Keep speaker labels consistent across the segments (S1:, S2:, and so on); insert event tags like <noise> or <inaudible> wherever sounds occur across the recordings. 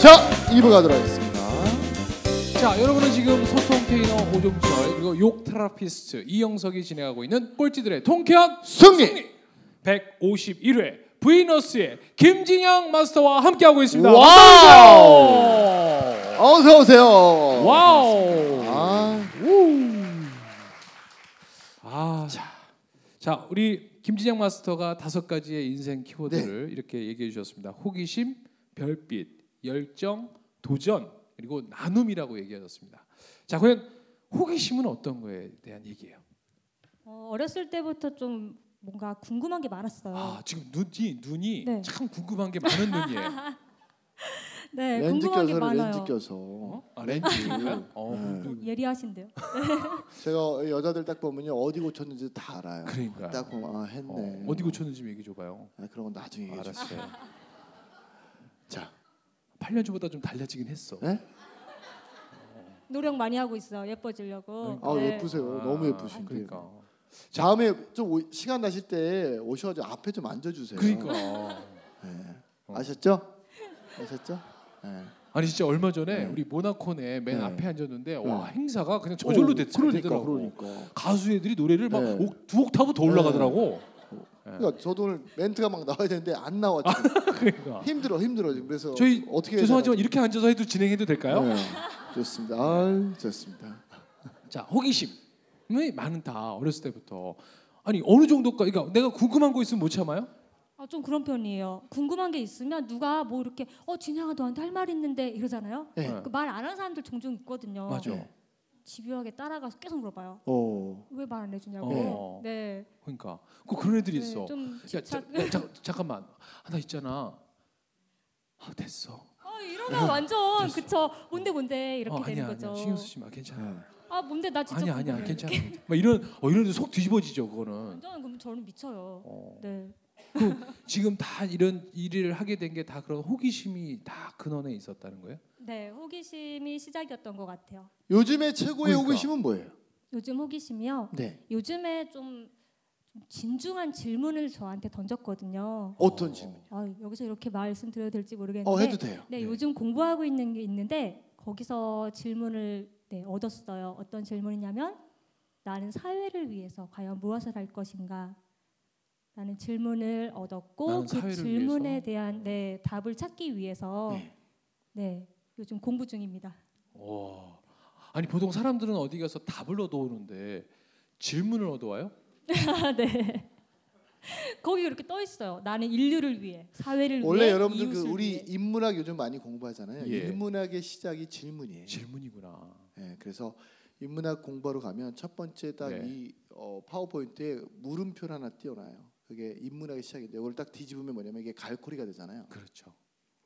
S1: 자, 2부 가도록 하겠습니다.
S2: 자, 여러분은 지금 소통 테이너 오종철 그리고 욕 테라피스트 이영석이 진행하고 있는 꼴찌들의 통쾌한
S1: 승리!
S2: 151회 브이너스의 김진양 마스터와 함께하고 있습니다.
S1: 와우! 어서 오세요.
S2: 와우!
S1: 아,
S2: 아, 자, 자 우리 김진양 마스터가 다섯 가지의 인생 키워드를 이렇게 얘기해 주셨습니다. 호기심, 별빛, 열정, 도전 그리고 나눔이라고 얘기하셨습니다. 자, 과연 호기심은 어떤 거에 대한 얘기예요?
S3: 어, 어렸을 때부터 좀 뭔가 궁금한 게 많았어요.
S2: 아 지금 눈이 눈이
S3: 네.
S2: 참 궁금한 게 많은 눈이에요.
S3: 네,
S1: 렌즈
S3: 궁금한 게
S1: 껴서 렌즈
S3: 많아요.
S1: 껴서.
S2: 어? 아, 렌즈인가요? 어,
S1: 네.
S2: 그-
S3: 예리하신데요.
S1: 제가 여자들 딱 보면요 어디 고쳤는지 다 알아요.
S2: 그러니까요.
S1: 딱 보면 아
S2: 어,
S1: 했네.
S2: 어디 고쳤는지 좀 얘기 줘봐요.
S1: 아, 그런 건 나중에 얘기해 줘.
S2: 알았어요.
S1: 자,
S2: 8년 전보다 좀 달라지긴 했어.
S1: 네?
S3: 노력 많이 하고 있어요. 예뻐지려고.
S1: 아
S3: 네.
S1: 예쁘세요. 너무 예쁘신데.
S2: 그러니까.
S1: 다음에 좀 오- 시간 나실 때 오셔가지고 앞에 좀 앉아주세요.
S2: 그러니까.
S1: 네.
S2: 어.
S1: 아셨죠? 아셨죠? 네.
S2: 아니 진짜 얼마 전에
S1: 네.
S2: 우리 모나콘에 맨
S1: 네.
S2: 앞에 앉았는데 와
S1: 네.
S2: 행사가 그냥 저절로
S1: 오,
S2: 됐,
S1: 그러니까,
S2: 되더라고. 네.
S1: 그러니까.
S2: 가수 애들이 노래를 막
S1: 네.
S2: 옥- 두 옥타브 더 올라가더라고. 네.
S1: 그러니까 저도 오늘 멘트가 막 나와야 되는데 안 나와 지금.
S2: 그러니까.
S1: 힘들어 힘들어 지금 그래서
S2: 저희
S1: 어떻게 해야
S2: 죄송하지만 이렇게 앉아서 해도 진행해도 될까요?
S1: 되나? 네. 좋습니다. 아, 좋습니다.
S2: 자 호기심이 많은 다 어렸을 때부터 아니 어느 정도까 그러니까 내가 궁금한 거 있으면 못 참아요?
S3: 아, 좀 그런 편이에요. 궁금한 게 있으면 누가 뭐 이렇게 어 진양아 너한테 할 말 있는데 이러잖아요.
S1: 네.
S2: 네.
S3: 그 말 안 하는 사람들 종종 있거든요.
S2: 맞아.
S1: 네.
S3: 집요하게 따라가서 계속 물어봐요.
S1: 어.
S3: 왜 말 안 해주냐고.
S2: 어.
S3: 네.
S2: 그러니까 그 그런 애들이
S3: 네,
S2: 있어.
S3: 좀
S2: 야, 자,
S3: 집착.
S2: 야, 자, 잠깐만 하나 있잖아. 아 됐어.
S3: 어, 이러면
S2: <laughs>
S3: 완전 그쵸. 뭔데 뭔데 이렇게
S2: 어,
S3: 되는
S2: 아니야
S3: 거죠.
S2: 아니야 신경 쓰지 마 괜찮아.
S1: 네.
S3: 아 뭔데 나 진짜
S2: 아니야 아니야
S3: 궁금해.
S2: 괜찮아. 막 이런 어 이런 데속 뒤집어지죠 그거는.
S3: 완전 그럼 저는 미쳐요.
S2: 어,
S3: 네.
S2: 지금 다 이런 일을 하게 된 게 다 그런 호기심이 다 근원에 있었다는 거예요?
S3: 네, 호기심이 시작이었던 것 같아요.
S1: 요즘에 최고의
S2: 그러니까.
S1: 호기심은 뭐예요?
S3: 요즘 호기심이요.
S1: 네.
S3: 요즘에 좀, 좀 진중한 질문을 저한테 던졌거든요.
S1: 어떤 질문?
S3: 아, 여기서 이렇게 말씀드려야 될지 모르겠는데.
S1: 어 해도 돼요.
S3: 네,
S2: 네.
S3: 요즘 공부하고 있는 게 있는데 거기서 질문을 네, 얻었어요. 어떤 질문이냐면 나는 사회를 위해서 과연 무엇을 할 것인가? 라는 질문을 얻었고
S2: 나는
S3: 그
S2: 사회를
S3: 질문에
S2: 위해서?
S3: 대한 네, 답을 찾기 위해서
S1: 네.
S3: 네, 요즘 공부 중입니다.
S2: 와. 아니 보통 사람들은 어디 가서 답을 얻어오는데 질문을 얻어와요?
S3: <laughs> 아, 네. 거기 이렇게 떠 있어요. 나는 인류를 위해, 사회를
S1: 원래
S3: 위해,
S1: 여러분들 그
S3: 네. 이웃을
S1: 우리
S3: 위해.
S1: 인문학 요즘 많이 공부하잖아요.
S2: 예.
S1: 인문학의 시작이 질문이에요.
S2: 질문이구나.
S1: 예, 그래서 인문학 공부하러 가면 첫 번째 딱 이
S2: 네.
S1: 어, 파워포인트에 물음표 를 하나 띄어놔요. 그게 인문학의 시작인데 이걸 딱 뒤집으면 뭐냐면 이게 갈고리가 되잖아요.
S2: 그렇죠.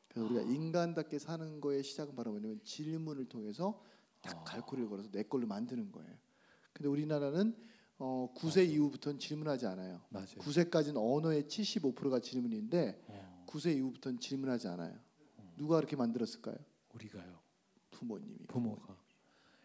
S1: 그래서 우리가 인간답게 사는 거의 시작은 바로 뭐냐면 질문을 통해서 딱
S2: 아.
S1: 갈고리를 걸어서 내 걸로 만드는 거예요. 근데 우리나라는 어, 9세 이후부터는 질문하지 않아요.
S2: 맞아요.
S1: 9세까지는 언어의 75%가 질문인데
S2: 어,
S1: 9세 이후부터는 질문하지 않아요. 누가 그렇게 만들었을까요?
S2: 우리가요.
S1: 부모님이.
S2: 부모가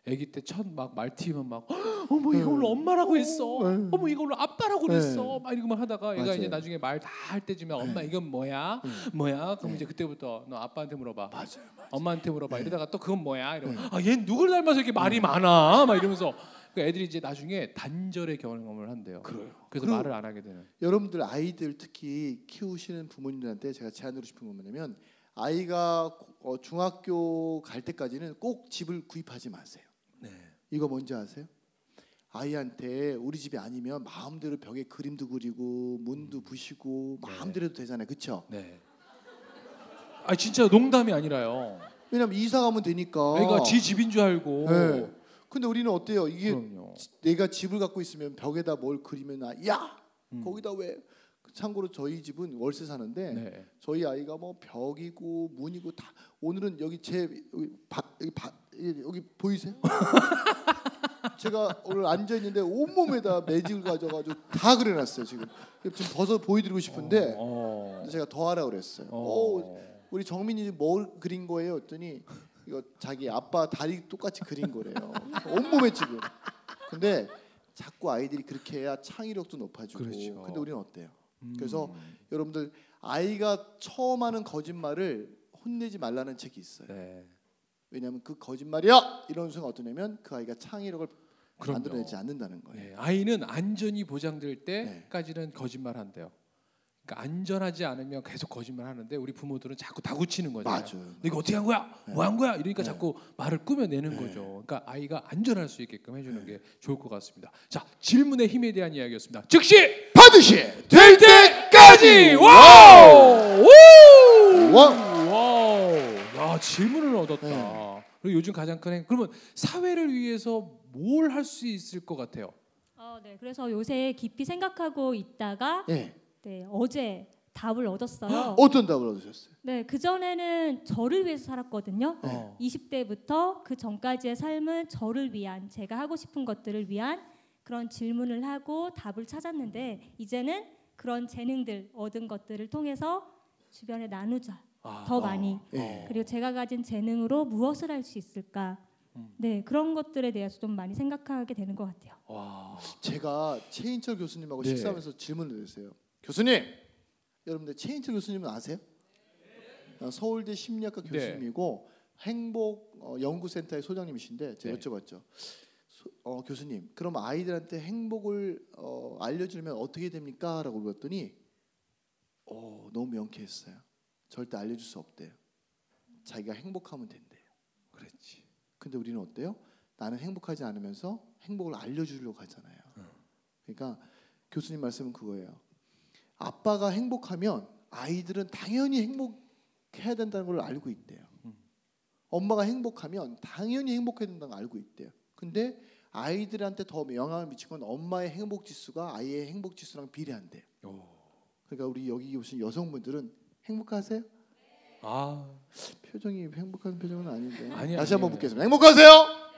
S2: 아기 때 첫 막 말티면 막 "헉, 어머 이걸로 엄마라고 했어.
S1: 네.
S2: 어머 이걸로 아빠라고
S1: 네.
S2: 그랬어. 막 이러고만 하다가 얘가
S1: 맞아요. 네.
S2: 이제 나중에 말 다 할 때쯤에 엄마 이건 뭐야? 뭐야? 그럼 이제 그때부터 너 아빠한테 물어봐.
S1: 맞아요.
S2: 엄마한테 물어봐.
S1: 네.
S2: 이러다가 또 그건 뭐야? 이러고 아, 얜 누굴 닮아서 이렇게 말이 많아? 막 이러면서 그 애들이 이제 나중에 단절의 경험을 한대요.
S1: 그래요.
S2: 그래서
S1: 그리고-
S2: 말을 안 하게 되는.
S1: 여러분들 아이들 특히 키우시는 부모님들한테 제가 제안드리고 싶은 건 뭐냐면 아이가 어, 중학교 갈 때까지는 꼭 집을 구입하지 마세요.
S2: 네.
S1: 이거 뭔지 아세요? 아이한테 우리 집이 아니면 마음대로 벽에 그림도 그리고
S2: 음.
S1: 문도 부시고 마음대로 해도 되잖아요. 그렇죠?
S2: 네. 아 진짜 농담이 아니라요.
S1: 왜냐면 이사 가면 되니까.
S2: 애가 그러니까 지 집인 줄 알고.
S1: 어. 네. 근데 우리는 어때요? 이게
S2: 그럼요.
S1: 내가 집을 갖고 있으면 벽에다 뭘 그리면 아, 야
S2: 음.
S1: 거기다 왜 참고로 저희 집은 월세 사는데
S2: 네.
S1: 저희 아이가 뭐 벽이고 문이고 다 오늘은 여기 제 여기 밭 여기 밭 여기 여기 보이세요? <laughs> 제가 오늘 앉아 있는데 온몸에다 매직을 가져가지고 다 그려놨어요 지금 지금 벗어 보여드리고 싶은데
S2: 어.
S1: 제가 더 하라 그랬어요. 어.
S2: 어.
S1: 우리 정민이 뭘 그린 거예요? 했더니 이거 자기 아빠 다리 똑같이 그린 거래요. 온몸에 지금. 근데 자꾸 아이들이 그렇게 해야 창의력도 높아지고.
S2: 그렇죠.
S1: 근데 우리는 어때요?
S2: 음.
S1: 그래서 여러분들 아이가 처음 하는 거짓말을 혼내지 말라는 책이 있어요.
S2: 네.
S1: 왜냐하면 그 거짓말이야 이런 순간 어떠냐면 그 아이가 창의력을
S2: 그럼요.
S1: 만들어내지 않는다는 거예요.
S2: 네, 아이는 안전이 보장될
S1: 네.
S2: 때까지는 거짓말 한대요. 그러니까 안전하지 않으면 계속 거짓말 하는데 우리 부모들은 자꾸 다구치는 거잖아요.
S1: 맞아요.
S2: 너 이거 어떻게 한 거야? 뭐 한 거야? 이러니까
S1: 네.
S2: 자꾸 말을 꾸며내는 거죠. 그러니까 아이가 안전할 수 있게끔 해주는
S1: 네.
S2: 게 좋을 것 같습니다. 자, 질문의 힘에 대한 이야기였습니다. 즉시
S1: 반드시 네.
S2: 될 때까지 와우! 우!
S1: 와우!
S2: 와우! 야, 질문을 얻었다.
S1: 네.
S2: 그리고 요즘 가장 큰 행... 그러면 사회를 위해서 뭘 할 수 있을 것 같아요?
S3: 어, 네. 그래서 요새 깊이 생각하고 있다가
S1: 예.
S3: 네, 어제 답을 얻었어요.
S1: <gasps> 어떤 답을 얻으셨어요?
S3: 네, 그 전에는 저를 위해서 살았거든요.
S1: 네.
S2: 어.
S3: 20대부터 그 전까지의 삶은 저를 위한 제가 하고 싶은 것들을 위한 그런 질문을 하고 답을 찾았는데 이제는 그런 재능들 얻은 것들을 통해서 주변에 나누자
S2: 아,
S3: 더 많이
S1: 예.
S3: 그리고 제가 가진 재능으로 무엇을 할 수 있을까
S2: 음.
S3: 네 그런 것들에 대해서 좀 많이 생각하게 되는 것 같아요.
S2: 와.
S1: 제가 최인철 교수님하고
S2: 네.
S1: 식사하면서 질문을 드렸어요. 교수님, 여러분들 최인철 교수님은 아세요? 어, 서울대 심리학과
S2: 네.
S1: 교수님이고 행복 어, 연구센터의 소장님이신데 제가
S2: 네.
S1: 여쭤봤죠. 소- 어, 교수님, 그럼 아이들한테 행복을 어, 알려주면 어떻게 됩니까? 라고 물었더니 어, 너무 명쾌했어요. 절대 알려줄 수 없대요. 자기가 행복하면 된대요.
S2: 그렇지.
S1: 근데 우리는 어때요? 나는 행복하지 않으면서 행복을 알려주려고 하잖아요. 그러니까 교수님 말씀은 그거예요. 아빠가 행복하면 아이들은 당연히 행복해야 된다는 걸 알고 있대요. 엄마가 행복하면 당연히 행복해야 된다는 걸 알고 있대요. 근데 아이들한테 더 영향을 미친 건 엄마의 행복 지수가 아이의 행복 지수랑 비례한대요.
S2: 오.
S1: 그러니까 우리 여기 오신 여성분들은 행복하세요?
S2: 아.
S1: 표정이 행복한 표정은 아닌데.
S2: 아니요,
S1: 다시 한번
S2: 아니요.
S1: 묻겠습니다. 행복하세요?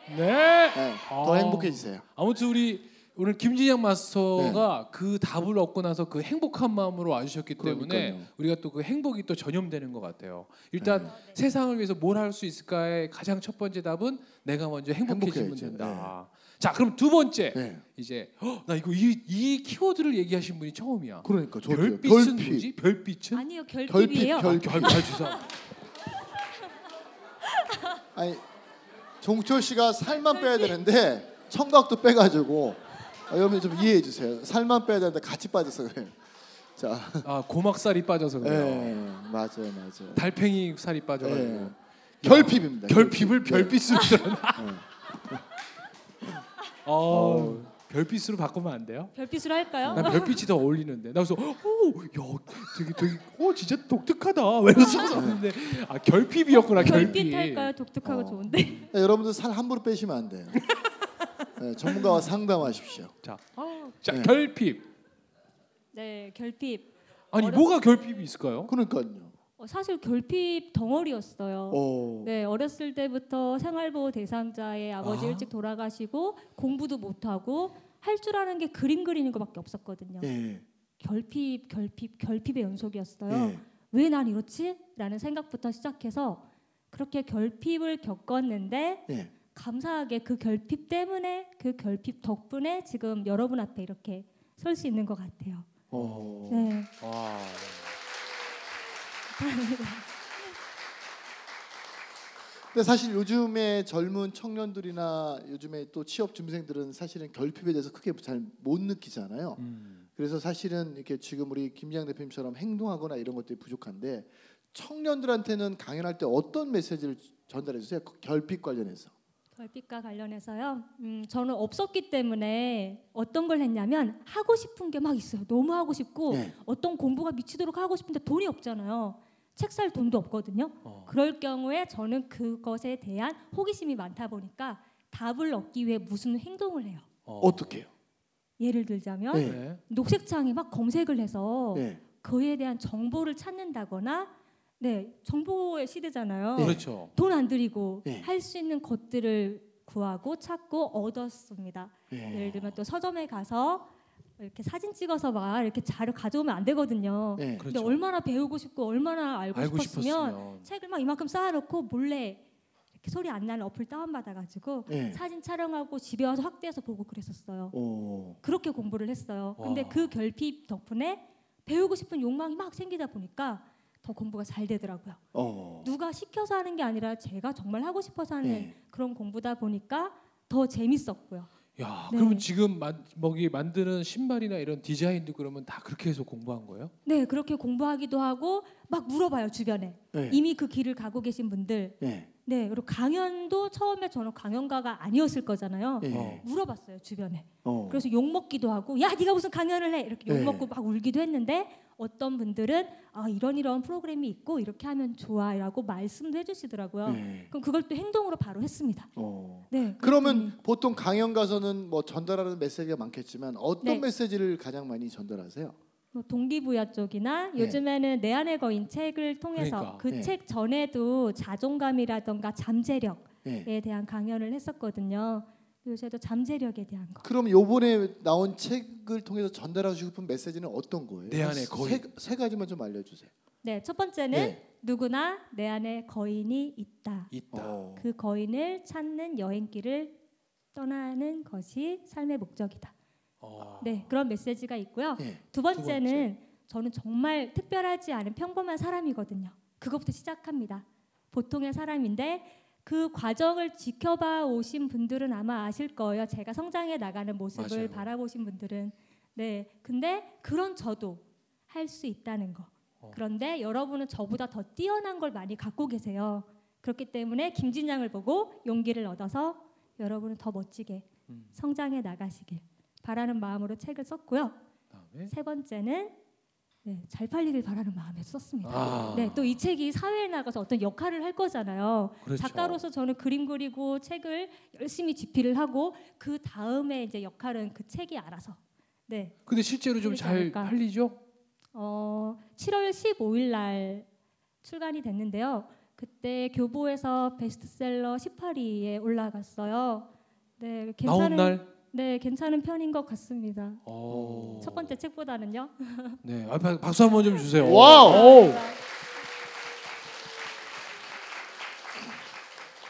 S2: 네.
S1: 네,
S2: 아.
S1: 더 행복해지세요.
S2: 아무튼 우리 오늘 김진영 마스터가 그 답을 얻고 나서 그 행복한 마음으로 와주셨기 때문에
S1: 네. 그러니까요.
S2: 우리가 또 그 행복이 또 전염되는 것 같아요.
S1: 네.
S2: 일단 세상을 위해서 뭘 할 수 있을까의 가장 첫 번째 답은 내가 먼저 행복해지면
S1: 행복해야죠.
S2: 된다. 자 그럼 두 번째
S1: 네.
S2: 이제 헉, 나 이거 이, 이 키워드를 얘기하신 분이 처음이야.
S1: 그러니까 저도요.
S2: 별빛은 뭐지? 별빛은 아,
S3: 아니요
S1: 결핍,
S3: 결핍이에요.
S1: 결
S2: 결 주사.
S1: 아니 종철 씨가 살만 빼야 되는데 청각도 빼가지고 아, 여러분 좀 이해해 주세요. 살만 빼야 되는데 같이 빠져서 그래요. 자,
S2: 아 고막살이 빠져서
S1: 예,
S2: 그래요.
S1: 맞아요, 맞아요.
S2: 달팽이 살이 빠져가지고.
S1: 예. 결핍입니다.
S2: 결핍을
S1: 네. <laughs>
S2: 별빛으로 들었나? 어, 별빛으로 바꾸면 안 돼요?
S3: 별빛으로 할까요?
S2: 난 별빛이 더 어울리는데. 나 그래서 오, 야, 되게 되게 어 진짜 독특하다. <laughs> 왜 썼었는데 아 결핍이었구나 결핍.
S3: 어, 결빛 할까요? 독특하고
S1: 어.
S3: 좋은데.
S1: 네, 여러분들 살 함부로 빼시면 안 돼요. 네, 전문가와 상담하십시오.
S2: 자, 아, 자
S1: 네.
S2: 결핍.
S3: 네 결핍.
S2: 아니
S3: 어렵-
S2: 뭐가 결핍이 있을까요?
S1: 그러니까요.
S3: 어, 사실 결핍 덩어리였어요.
S1: 오,
S3: 네 어렸을 때부터 생활보호 대상자의 아버지
S2: 아.
S3: 일찍 돌아가시고 공부도 못하고 할 줄 아는 게 그림 그리는 것밖에 없었거든요.
S1: 예,
S3: 결핍 결핍 결핍의 연속이었어요.
S1: 예.
S3: 왜 난 이렇지? 라는 생각부터 시작해서 그렇게 결핍을 겪었는데
S1: 예.
S3: 감사하게 그 결핍 때문에 그 결핍 덕분에 지금 여러분 앞에 이렇게 설 수 있는 것 같아요.
S1: 오.
S3: 네.
S2: 와.
S1: 아, 근데 사실 요즘에 젊은 청년들이나 요즘에 또 취업 준비생들은 사실은 결핍에 대해서 크게 잘 못 느끼잖아요.
S2: 음.
S1: 그래서 사실은 이렇게 지금 우리 김장 대표님처럼 행동하거나 이런 것들이 부족한데 청년들한테는 강연할 때 어떤 메시지를 전달해 주세요? 그 결핍 관련해서.
S3: 결핍과 관련해서요. 음, 저는 없었기 때문에 어떤 걸 했냐면 하고 싶은 게 막 있어요. 너무 하고 싶고
S1: 네.
S3: 어떤 공부가 미치도록 하고 싶은데 돈이 없잖아요. 책 살 돈도 없거든요.
S2: 어.
S3: 그럴 경우에 저는 그것에 대한 호기심이 많다 보니까 답을 얻기 위해 무슨 행동을 해요.
S1: 어떻게요?
S3: 예를 들자면
S1: 네.
S2: 네.
S3: 녹색창에 막 검색을 해서
S1: 네.
S3: 그에 대한 정보를 찾는다거나 네 정보의 시대잖아요.
S2: 그렇죠.
S3: 돈 안 들이고
S1: 네.
S3: 할 수 있는 것들을 구하고 찾고 얻었습니다.
S1: 네.
S3: 예를 들면 또 서점에 가서 이렇게 사진 찍어서 막 이렇게 자료 가져오면 안 되거든요.
S1: 네.
S2: 그렇죠.
S3: 근데 얼마나 배우고 싶고 얼마나 알고,
S2: 알고
S3: 싶었으면
S2: 싶었으면.
S3: 책을 막 이만큼 쌓아놓고 몰래 이렇게 소리 안 나는 어플 다운받아가지고
S1: 네.
S3: 사진 촬영하고 집에 와서 확대해서 보고 그랬었어요.
S1: 오.
S3: 그렇게 공부를 했어요. 근데
S2: 와.
S3: 그 결핍 덕분에 배우고 싶은 욕망이 막 생기다 보니까 더 공부가 잘 되더라고요.
S1: 어.
S3: 누가 시켜서 하는 게 아니라 제가 정말 하고 싶어서 하는
S1: 네.
S3: 그런 공부다 보니까 더 재밌었고요.
S2: 야,
S3: 네.
S2: 그러면 지금 만, 먹이 만드는 신발이나 이런 디자인도 그러면 다 그렇게 해서 공부한 거예요?
S3: 네, 그렇게 공부하기도 하고 막 물어봐요 주변에
S1: 네.
S3: 이미 그 길을 가고 계신 분들.
S1: 예.
S3: 네, 그리고 강연도 처음에 저는 강연가가 아니었을 거잖아요.
S1: 예.
S2: 어.
S3: 물어봤어요 주변에.
S1: 어.
S3: 그래서 욕 먹기도 하고 야 네가 무슨 강연을 해 이렇게 욕
S1: 네.
S3: 먹고 막 울기도 했는데 어떤 분들은 아 이런 이런 프로그램이 있고 이렇게 하면 좋아라고 말씀도 해주시더라고요.
S2: 네.
S1: 예.
S3: 그럼 그걸 또 행동으로 바로 했습니다.
S1: 어.
S3: 네.
S1: 그러면 보통 강연 가서는 뭐 전달하는 메시지가 많겠지만 어떤
S3: 네.
S1: 메시지를 가장 많이 전달하세요?
S3: 뭐 동기부여 쪽이나
S1: 예.
S3: 요즘에는 내 안의 거인 책을 통해서
S2: 네. 그러니까.
S3: 그
S1: 예.
S3: 책 전에도 자존감이라던가 잠재력에
S1: 예.
S2: 네.
S3: 대한 강연을 했었거든요. 요새도 잠재력에 대한 거.
S1: 그럼 요번에 나온 책을 통해서 전달하고 싶은 메시지는 어떤 거예요?
S2: 내네 안의 거인.
S1: 세, 세 가지만 좀 알려주세요.
S3: 네, 첫 번째는 누구나 내 안에 거인이 있다.
S2: 있다.
S1: 어.
S3: 그 거인을 찾는 여행길을 떠나는 것이 삶의 목적이다.
S2: 어.
S3: 네, 그런 메시지가 있고요.
S1: 예.
S3: 두 번째는 저는 정말 특별하지 않은 평범한 사람이거든요. 그것부터 시작합니다. 보통의 사람인데 그 과정을 지켜봐 오신 분들은 아마 아실 거예요. 제가 성장해 나가는 모습을
S2: 맞아요.
S3: 바라보신 분들은 네. 근데 그런 저도 할 수 있다는 거.
S2: 어.
S3: 그런데 여러분은 저보다 더 뛰어난 걸 많이 갖고 계세요. 그렇기 때문에 김진양을 보고 용기를 얻어서 여러분은 더 멋지게
S2: 음.
S3: 성장해 나가시길 바라는 마음으로 책을 썼고요.
S2: 그다음에
S3: 세 번째는 네, 잘 팔리길 바라는 마음에 썼습니다.
S2: 아.
S3: 네, 또 이 책이 사회에 나가서 어떤 역할을 할 거잖아요.
S2: 그렇죠.
S3: 작가로서 저는 그림 그리고 책을 열심히 집필을 하고 그 다음에 이제 역할은 그 책이 알아서. 네,
S2: 근데 실제로 좀 잘
S3: 그러니까.
S2: 팔리죠?
S3: 어, 7월 15일 날 출간이 됐는데요. 그때 교보에서 베스트셀러 18위에 올라갔어요. 네,
S2: 나온
S3: 괜찮은
S2: 날.
S3: 네, 괜찮은 편인 것 같습니다.
S2: 어.
S3: 첫 번째 책보다는요.
S2: 네, 아, 박- 박수 한번 좀 주세요.
S1: 와우!
S2: 오.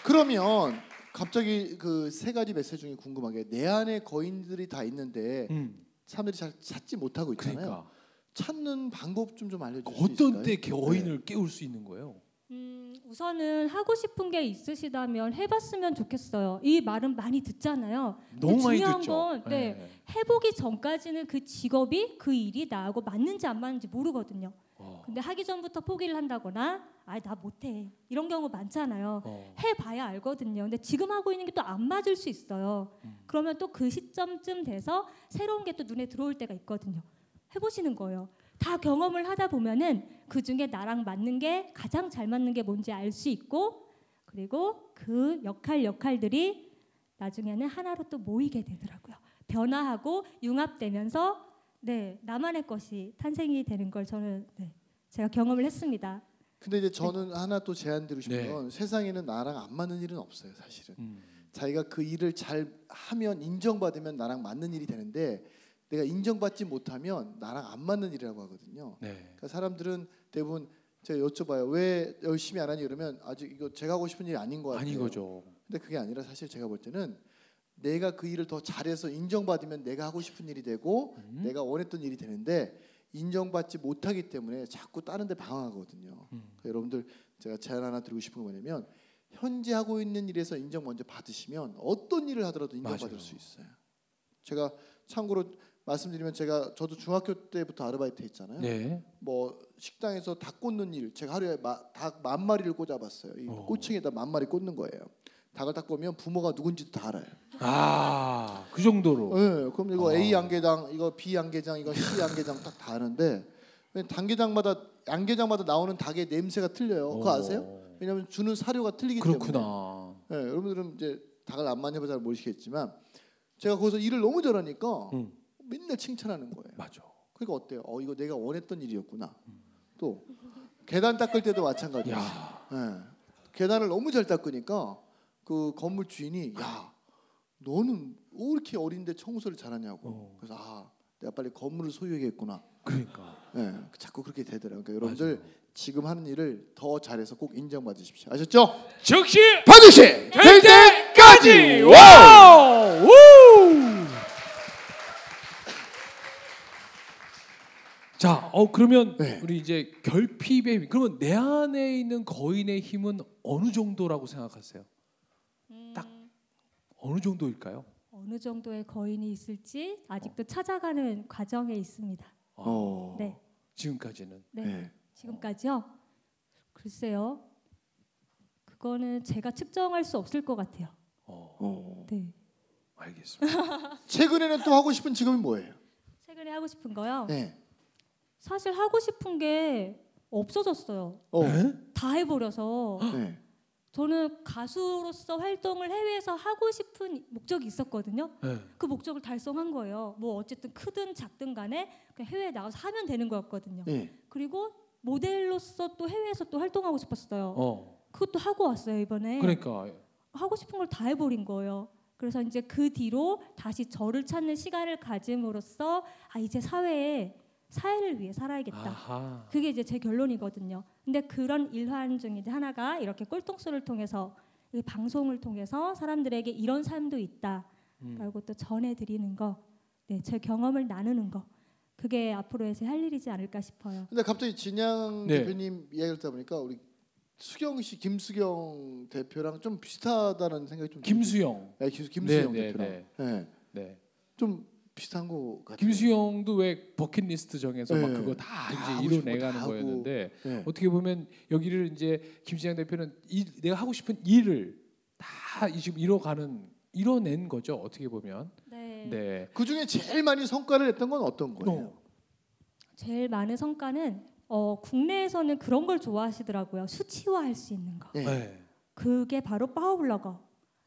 S1: 그러면 갑자기 그 세 가지 메시지 중에 궁금한 게 내 안에 거인들이 다 있는데
S2: 음,
S1: 사람들이 잘 찾지 못하고 있잖아요.
S2: 그러니까
S1: 찾는 방법 좀 좀 알려주실 수 있을까요? 네.
S2: 어떤 때 개어인을 깨울 수 있는 거예요?
S3: 음, 우선은 하고 싶은 게 있으시다면 해봤으면 좋겠어요. 이 말은 많이 듣잖아요.
S2: 너무 많이
S3: 중요한
S2: 듣죠.
S3: 건, 네. 해보기 전까지는 그 직업이 그 일이 나하고 맞는지 안 맞는지 모르거든요.
S2: 어,
S3: 근데 하기 전부터 포기를 한다거나, 아, 나 못해. 이런 경우 많잖아요.
S2: 어.
S3: 해봐야 알거든요. 근데 지금 하고 있는 게 또 안 맞을 수 있어요.
S2: 음.
S3: 그러면 또 그 시점쯤 돼서 새로운 게 또 눈에 들어올 때가 있거든요. 해보시는 거예요. 다 경험을 하다 보면은 그 중에 나랑 맞는 게 가장 잘 맞는 게 뭔지 알 수 있고 그리고 그 역할 역할들이 나중에는 하나로 또 모이게 되더라고요. 변화하고 융합되면서 네 나만의 것이 탄생이 되는 걸 저는 네, 제가 경험을 했습니다.
S1: 근데 이제 저는 하나 또 제안 드리고 싶은
S2: 네.
S1: 건 세상에는 나랑 안 맞는 일은 없어요, 사실은.
S2: 음.
S1: 자기가 그 일을 잘 하면 인정받으면 나랑 맞는 일이 되는데 내가 인정받지 못하면 나랑 안 맞는 일이라고 하거든요.
S2: 네.
S1: 그러니까 사람들은 대부분 제가 여쭤봐요. 왜 열심히 안 하니 이러면 아직 이거 제가 하고 싶은 일이 아닌 것 같아요.
S2: 아닌 거죠.
S1: 근데 그게 아니라 사실 제가 볼 때는 내가 그 일을 더 잘해서 인정받으면 내가 하고 싶은 일이 되고
S2: 음.
S1: 내가 원했던 일이 되는데 인정받지 못하기 때문에 자꾸 다른 데 방황하거든요.
S2: 음.
S1: 그러니까 여러분들 제가 제안 하나 드리고 싶은 건 뭐냐면 현재 하고 있는 일에서 인정 먼저 받으시면 어떤 일을 하더라도 인정받을
S2: 맞아요.
S1: 수 있어요. 제가 참고로 말씀드리면 제가 저도 중학교 때부터 아르바이트 했잖아요.
S2: 네.
S1: 뭐 식당에서 닭 꽂는 일 제가 하루에 마- 닭만 마리를 꽂아봤어요. 이
S2: 어.
S1: 꼬챙이에다 만 마리 꽂는 거예요. 닭을 딱 보면 부모가 누군지도 다 알아요.
S2: 아, 그 정도로.
S1: 예, 그럼 이거
S2: 아.
S1: A 양계장, 이거 B 양계장, 이거 C 양계장 딱 다 아는데 왜 단계장마다 양계장마다 나오는 닭의 냄새가 틀려요. 그거
S2: 어.
S1: 아세요? 왜냐하면 주는 사료가 틀리기 때문에.
S2: 그렇구나.
S1: 예, 여러분들은 이제 닭을 안 많이 해봐서 잘 모르시겠지만 제가 거기서 일을 너무 잘하니까
S2: 음.
S1: 맨날 칭찬하는 거예요.
S2: 맞아.
S1: 그러니까 어때요? 어 이거 내가 원했던 일이었구나. 또 계단 닦을 때도 마찬가지예요.
S2: 야.
S1: 예. 계단을 너무 잘 닦으니까 그 건물 주인이 야 너는 왜 이렇게 어린데 청소를 잘하냐고
S2: 어.
S1: 그래서 아 내가 빨리 건물을 소유해야겠구나
S2: 그러니까.
S1: 예, 자꾸 그렇게 되더라고요 그러니까 여러분들 지금 하는 일을 더 잘해서 꼭 인정받으십시오 아셨죠?
S2: 즉시
S1: 반드시
S3: 네.
S2: 될
S1: 될 때까지
S2: 때까지.
S1: 와우!
S2: 와우! 우! 자, 어 그러면
S1: 네.
S2: 우리 이제 결핍의 힘. 그러면 내 안에 있는 거인의 힘은 어느 정도라고 생각하세요? 딱. 어느 정도일까요?
S3: 어느 정도의 거인이 있을지 아직도 찾아가는 과정에 있습니다.
S2: 아,
S1: 어.
S3: 네.
S2: 지금까지는
S3: 네.
S1: 네.
S3: 지금까지요? 글쎄요. 그거는 제가 측정할 수 없을 것 같아요.
S2: 어,
S1: 어.
S3: 네.
S2: 알겠습니다.
S1: 최근에는 또 하고 싶은 직업이 뭐예요?
S3: 최근에 하고 싶은 거요.
S1: 네.
S3: 사실 하고 싶은 게 없어졌어요.
S1: 어.
S2: 네?
S3: 다 해버려서
S1: 네.
S3: 저는 가수로서 활동을 해외에서 하고 싶은 목적이 있었거든요.
S2: 네.
S3: 그 목적을 달성한 거예요. 뭐 어쨌든 크든 작든 간에 그냥 해외에 나가서 하면 되는 거였거든요.
S1: 네.
S3: 그리고 모델로서 또 해외에서 또 활동하고 싶었어요.
S2: 어,
S3: 그것도 하고 왔어요 이번에.
S2: 그러니까
S3: 하고 싶은 걸 다 해버린 거예요. 그래서 이제 그 뒤로 다시 저를 찾는 시간을 가짐으로써 아 이제 사회에 사회를 위해 살아야겠다.
S2: 아하.
S3: 그게 이제 제 결론이거든요. 근데 그런 일환 중에 이제 하나가 이렇게 꼴통수를 통해서 이 방송을 통해서 사람들에게 이런 삶도 있다라고
S2: 음.
S3: 또 전해드리는 거, 네, 제 경험을 나누는 거, 그게 앞으로 해서 할 일이지 않을까 싶어요.
S1: 근데 갑자기 진양
S2: 네.
S1: 대표님 이야기를 듣다 보니까 우리 수경 씨 김수경 대표랑 좀 비슷하다는 생각이 좀
S2: 김수영.
S1: 들어요. 네, 김수, 김수경
S2: 네, 네,
S1: 대표랑. 네,
S2: 네.
S1: 좀 비슷한 것 같아요.
S2: 김수영도 왜 버킷리스트 정해서 막
S1: 네.
S2: 그거 다
S1: 다
S2: 이제
S1: 하고 싶은
S2: 이뤄내가는
S1: 거다 하고.
S2: 거였는데
S1: 네.
S2: 어떻게 보면 여기를 이제 김시장 대표는 이, 내가 하고 싶은 일을 다 이- 지금 이뤄가는 이뤄낸 거죠 어떻게 보면
S3: 네,
S2: 네
S1: 그 중에 제일 많이 성과를 냈던 건 어떤 거예요?
S3: 제일 많은 성과는 어, 국내에서는 그런 걸 좋아하시더라고요. 수치화할 수 있는 거.
S1: 네.
S2: 네.
S3: 그게 바로 파워블로거.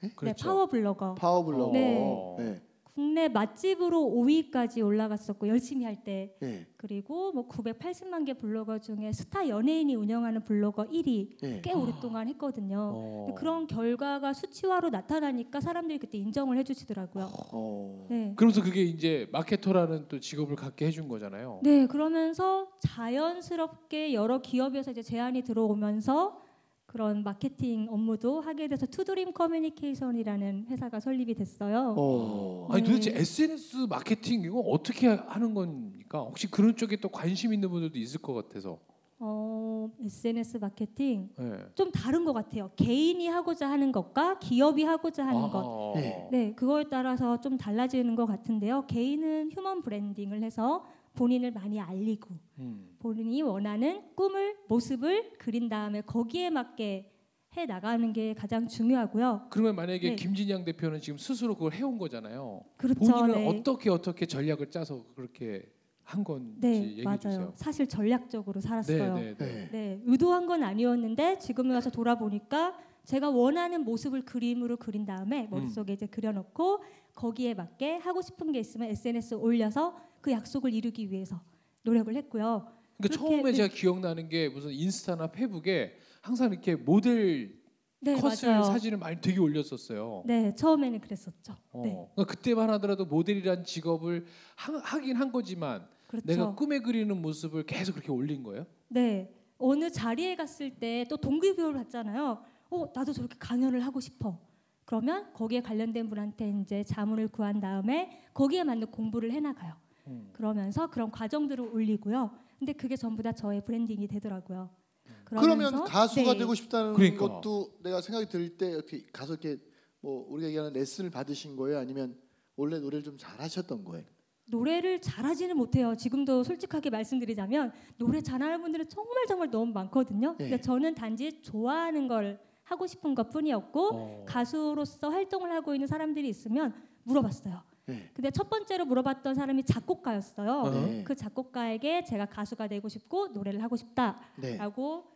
S3: 네,
S2: 그렇죠
S3: 파워블로거.
S1: 파워블로거.
S2: 네.
S1: 네.
S3: 국내 맛집으로 5위까지 올라갔었고 열심히 할 때.
S1: 네.
S3: 그리고 뭐 980만 개 블로거 중에 스타 연예인이 운영하는 블로거 1위
S1: 네.
S3: 꽤 오랫동안 했거든요.
S2: 어.
S3: 근데 그런 결과가 수치화로 나타나니까 사람들이 그때 인정을 해주시더라고요.
S1: 어.
S3: 네.
S2: 그러면서 그게 이제 마케터라는 또 직업을 갖게 해준 거잖아요
S3: 네, 그러면서 자연스럽게 여러 기업에서 이제 제안이 들어오면서 그런 마케팅 업무도 하게 돼서 투드림 커뮤니케이션이라는 회사가 설립이 됐어요.
S1: 어.
S2: 아니
S3: 네.
S2: 도대체 SNS 마케팅 이거 어떻게 하는 겁니까 혹시 그런 쪽에 또 관심 있는 분들도 있을 것 같아서
S3: 어, SNS 마케팅
S2: 네.
S3: 좀 다른 것 같아요. 개인이 하고자 하는 것과 기업이 하고자 하는 것.
S2: 아.
S1: 네.
S3: 네, 그거에 따라서 좀 달라지는 것 같은데요. 개인은 휴먼 브랜딩을 해서 본인을 많이 알리고
S2: 음.
S3: 본인이 원하는 꿈을 모습을 그린 다음에 거기에 맞게 해 나가는 게 가장 중요하고요.
S2: 그러면 만약에
S3: 네.
S2: 김진양 대표는 지금 스스로 그걸 해온 거잖아요.
S3: 그렇죠.
S2: 본인은
S3: 네.
S2: 어떻게 어떻게 전략을 짜서 그렇게 한 건지
S3: 네,
S2: 얘기해
S3: 맞아요.
S2: 주세요.
S3: 사실 전략적으로 살았어요.
S2: 네, 네, 네.
S1: 네.
S3: 네, 의도한 건 아니었는데 지금 와서 돌아보니까 제가 원하는 모습을 그림으로 그린 다음에 머릿속에 이제 그려놓고 거기에 맞게 하고 싶은 게 있으면 SNS 에 올려서 그 약속을 이루기 위해서 노력을 했고요.
S2: 그러니까
S3: 그렇게,
S2: 처음에
S3: 네.
S2: 제가 기억나는 게 무슨 인스타나 페북에 항상 이렇게 모델
S3: 네,
S2: 컷을
S3: 맞아요.
S2: 사진을 많이 되게 올렸었어요.
S3: 네, 처음에는 그랬었죠.
S2: 어.
S3: 네,
S2: 그러니까 그때만 하더라도 모델이란 직업을 하, 하긴 한 거지만
S3: 그렇죠.
S2: 내가 꿈에 그리는 모습을 계속 그렇게 올린 거예요.
S3: 네, 어느 자리에 갔을 때 또 동기부여를 받잖아요. 어, 나도 저렇게 강연을 하고 싶어. 그러면 거기에 관련된 분한테 이제 자문을 구한 다음에 거기에 맞는 공부를 해나가요.
S2: 음.
S3: 그러면서 그런 과정들을 올리고요. 근데 그게 전부 다 저의 브랜딩이 되더라고요. 네,
S1: 그러면 가수가 되고 싶다는
S2: 그러니까.
S1: 것도 내가 생각이 들 때 이렇게 가서 이렇게 뭐 우리가 얘기하는 레슨을 받으신 거예요? 아니면 원래 노래를 좀 잘하셨던 거예요?
S3: 노래를 잘하지는 못해요. 지금도 솔직하게 말씀드리자면 노래 잘하는 분들은 정말 정말 너무 많거든요.
S1: 네.
S3: 근데 저는 단지 좋아하는 걸 하고 싶은 것뿐이었고
S2: 어.
S3: 가수로서 활동을 하고 있는 사람들이 있으면 물어봤어요.
S1: 네.
S3: 근데 첫 번째로 물어봤던 사람이 작곡가였어요.
S2: 어.
S1: 네.
S3: 그 작곡가에게 제가 가수가 되고 싶고 노래를 하고 싶다.
S1: 네.
S3: 라고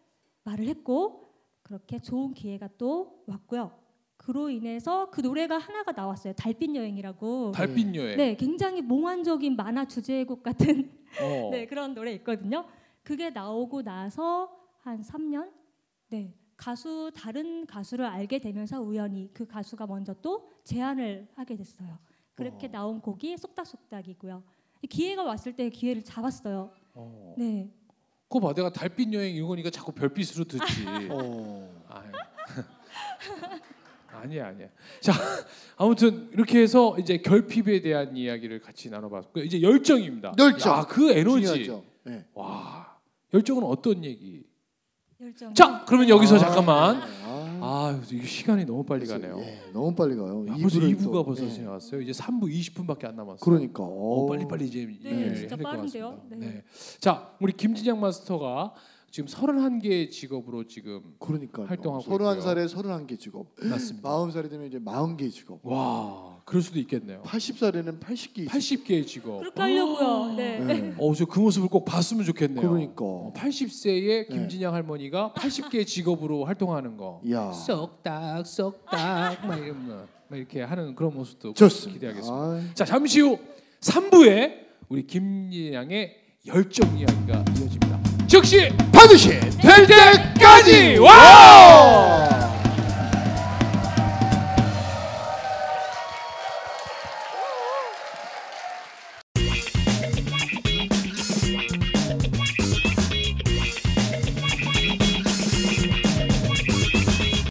S3: 말을 했고 그렇게 좋은 기회가 또 왔고요. 그로 인해서 그 노래가 하나가 나왔어요. 달빛 여행이라고.
S2: 달빛 여행.
S3: 네, 굉장히 몽환적인 만화 주제곡 같은
S2: 어.
S3: 네, 그런 노래 있거든요. 그게 나오고 나서 한 3년 네. 가수 다른 가수를 알게 되면서 우연히 그 가수가 먼저 또 제안을 하게 됐어요. 그렇게
S2: 어.
S3: 나온 곡이 속닥속닥이고요. 기회가 왔을 때 기회를 잡았어요.
S2: 어.
S3: 네.
S2: 그거 봐, 내가 달빛 여행 이거니까 자꾸 별빛으로 듣지.
S3: <laughs>
S1: 어.
S2: 아유. 예. <laughs> 아니야 아니야. 자 아무튼 이렇게 해서 이제 결핍에 대한 이야기를 같이 나눠봤고 이제 열정입니다.
S1: 열정.
S2: 야, 그 에너지.
S1: 중요하죠. 네.
S2: 와 열정은 어떤 얘기?
S3: 열정.
S2: 자 그러면 여기서
S1: 아,
S2: 잠깐만.
S1: 아,
S2: 아 이거 시간이 너무 빨리 가네요.
S1: 예, 너무 빨리 가요.
S2: 야, 벌써
S1: 이부를
S2: 2부가
S1: 또-
S2: 벌써
S1: 예.
S2: 지나갔어요. 이제 3부 20분밖에 안 남았어요.
S1: 그러니까.
S2: 어,
S1: 어,
S2: 빨리 빨리 이제
S3: 네,
S2: 예,
S3: 진짜
S2: 해야 될것
S3: 빠른데요?
S2: 같습니다.
S3: 네.
S2: 자 우리 김진양 마스터가 지금 31개의 직업으로
S1: <clears throat>
S2: 지금
S1: 그러니까.
S2: 활동하고 음.
S1: 31살에 31개 직업.
S2: 났습니다.
S1: 40살이 되면 이제 40개 직업.
S2: 와 그럴 수도 있겠네요.
S1: 80살에는 80개 직업.
S2: 80개의 직업.
S3: 그렇게
S2: 어.
S3: 하려고요. 네.
S1: 네.
S2: 어저 그 모습을 꼭 봤으면 좋겠네요. 어,
S1: 그러니까. 네.
S2: 80세의 김진양 할머니가 80개의 직업으로 <laughs> 활동하는 거.
S1: 이야.
S2: 쏙닥 쏙닥 막 이런 거. 막 이렇게 하는 그런 모습도
S1: 좋습니다.
S2: 기대하겠습니다.
S1: 아이,
S2: 자 잠시 후 3부에 우리 김진양의 열정 이야기가 이어집니다. 즉시
S1: 반드시
S2: 될 때까지 와우!
S1: 어!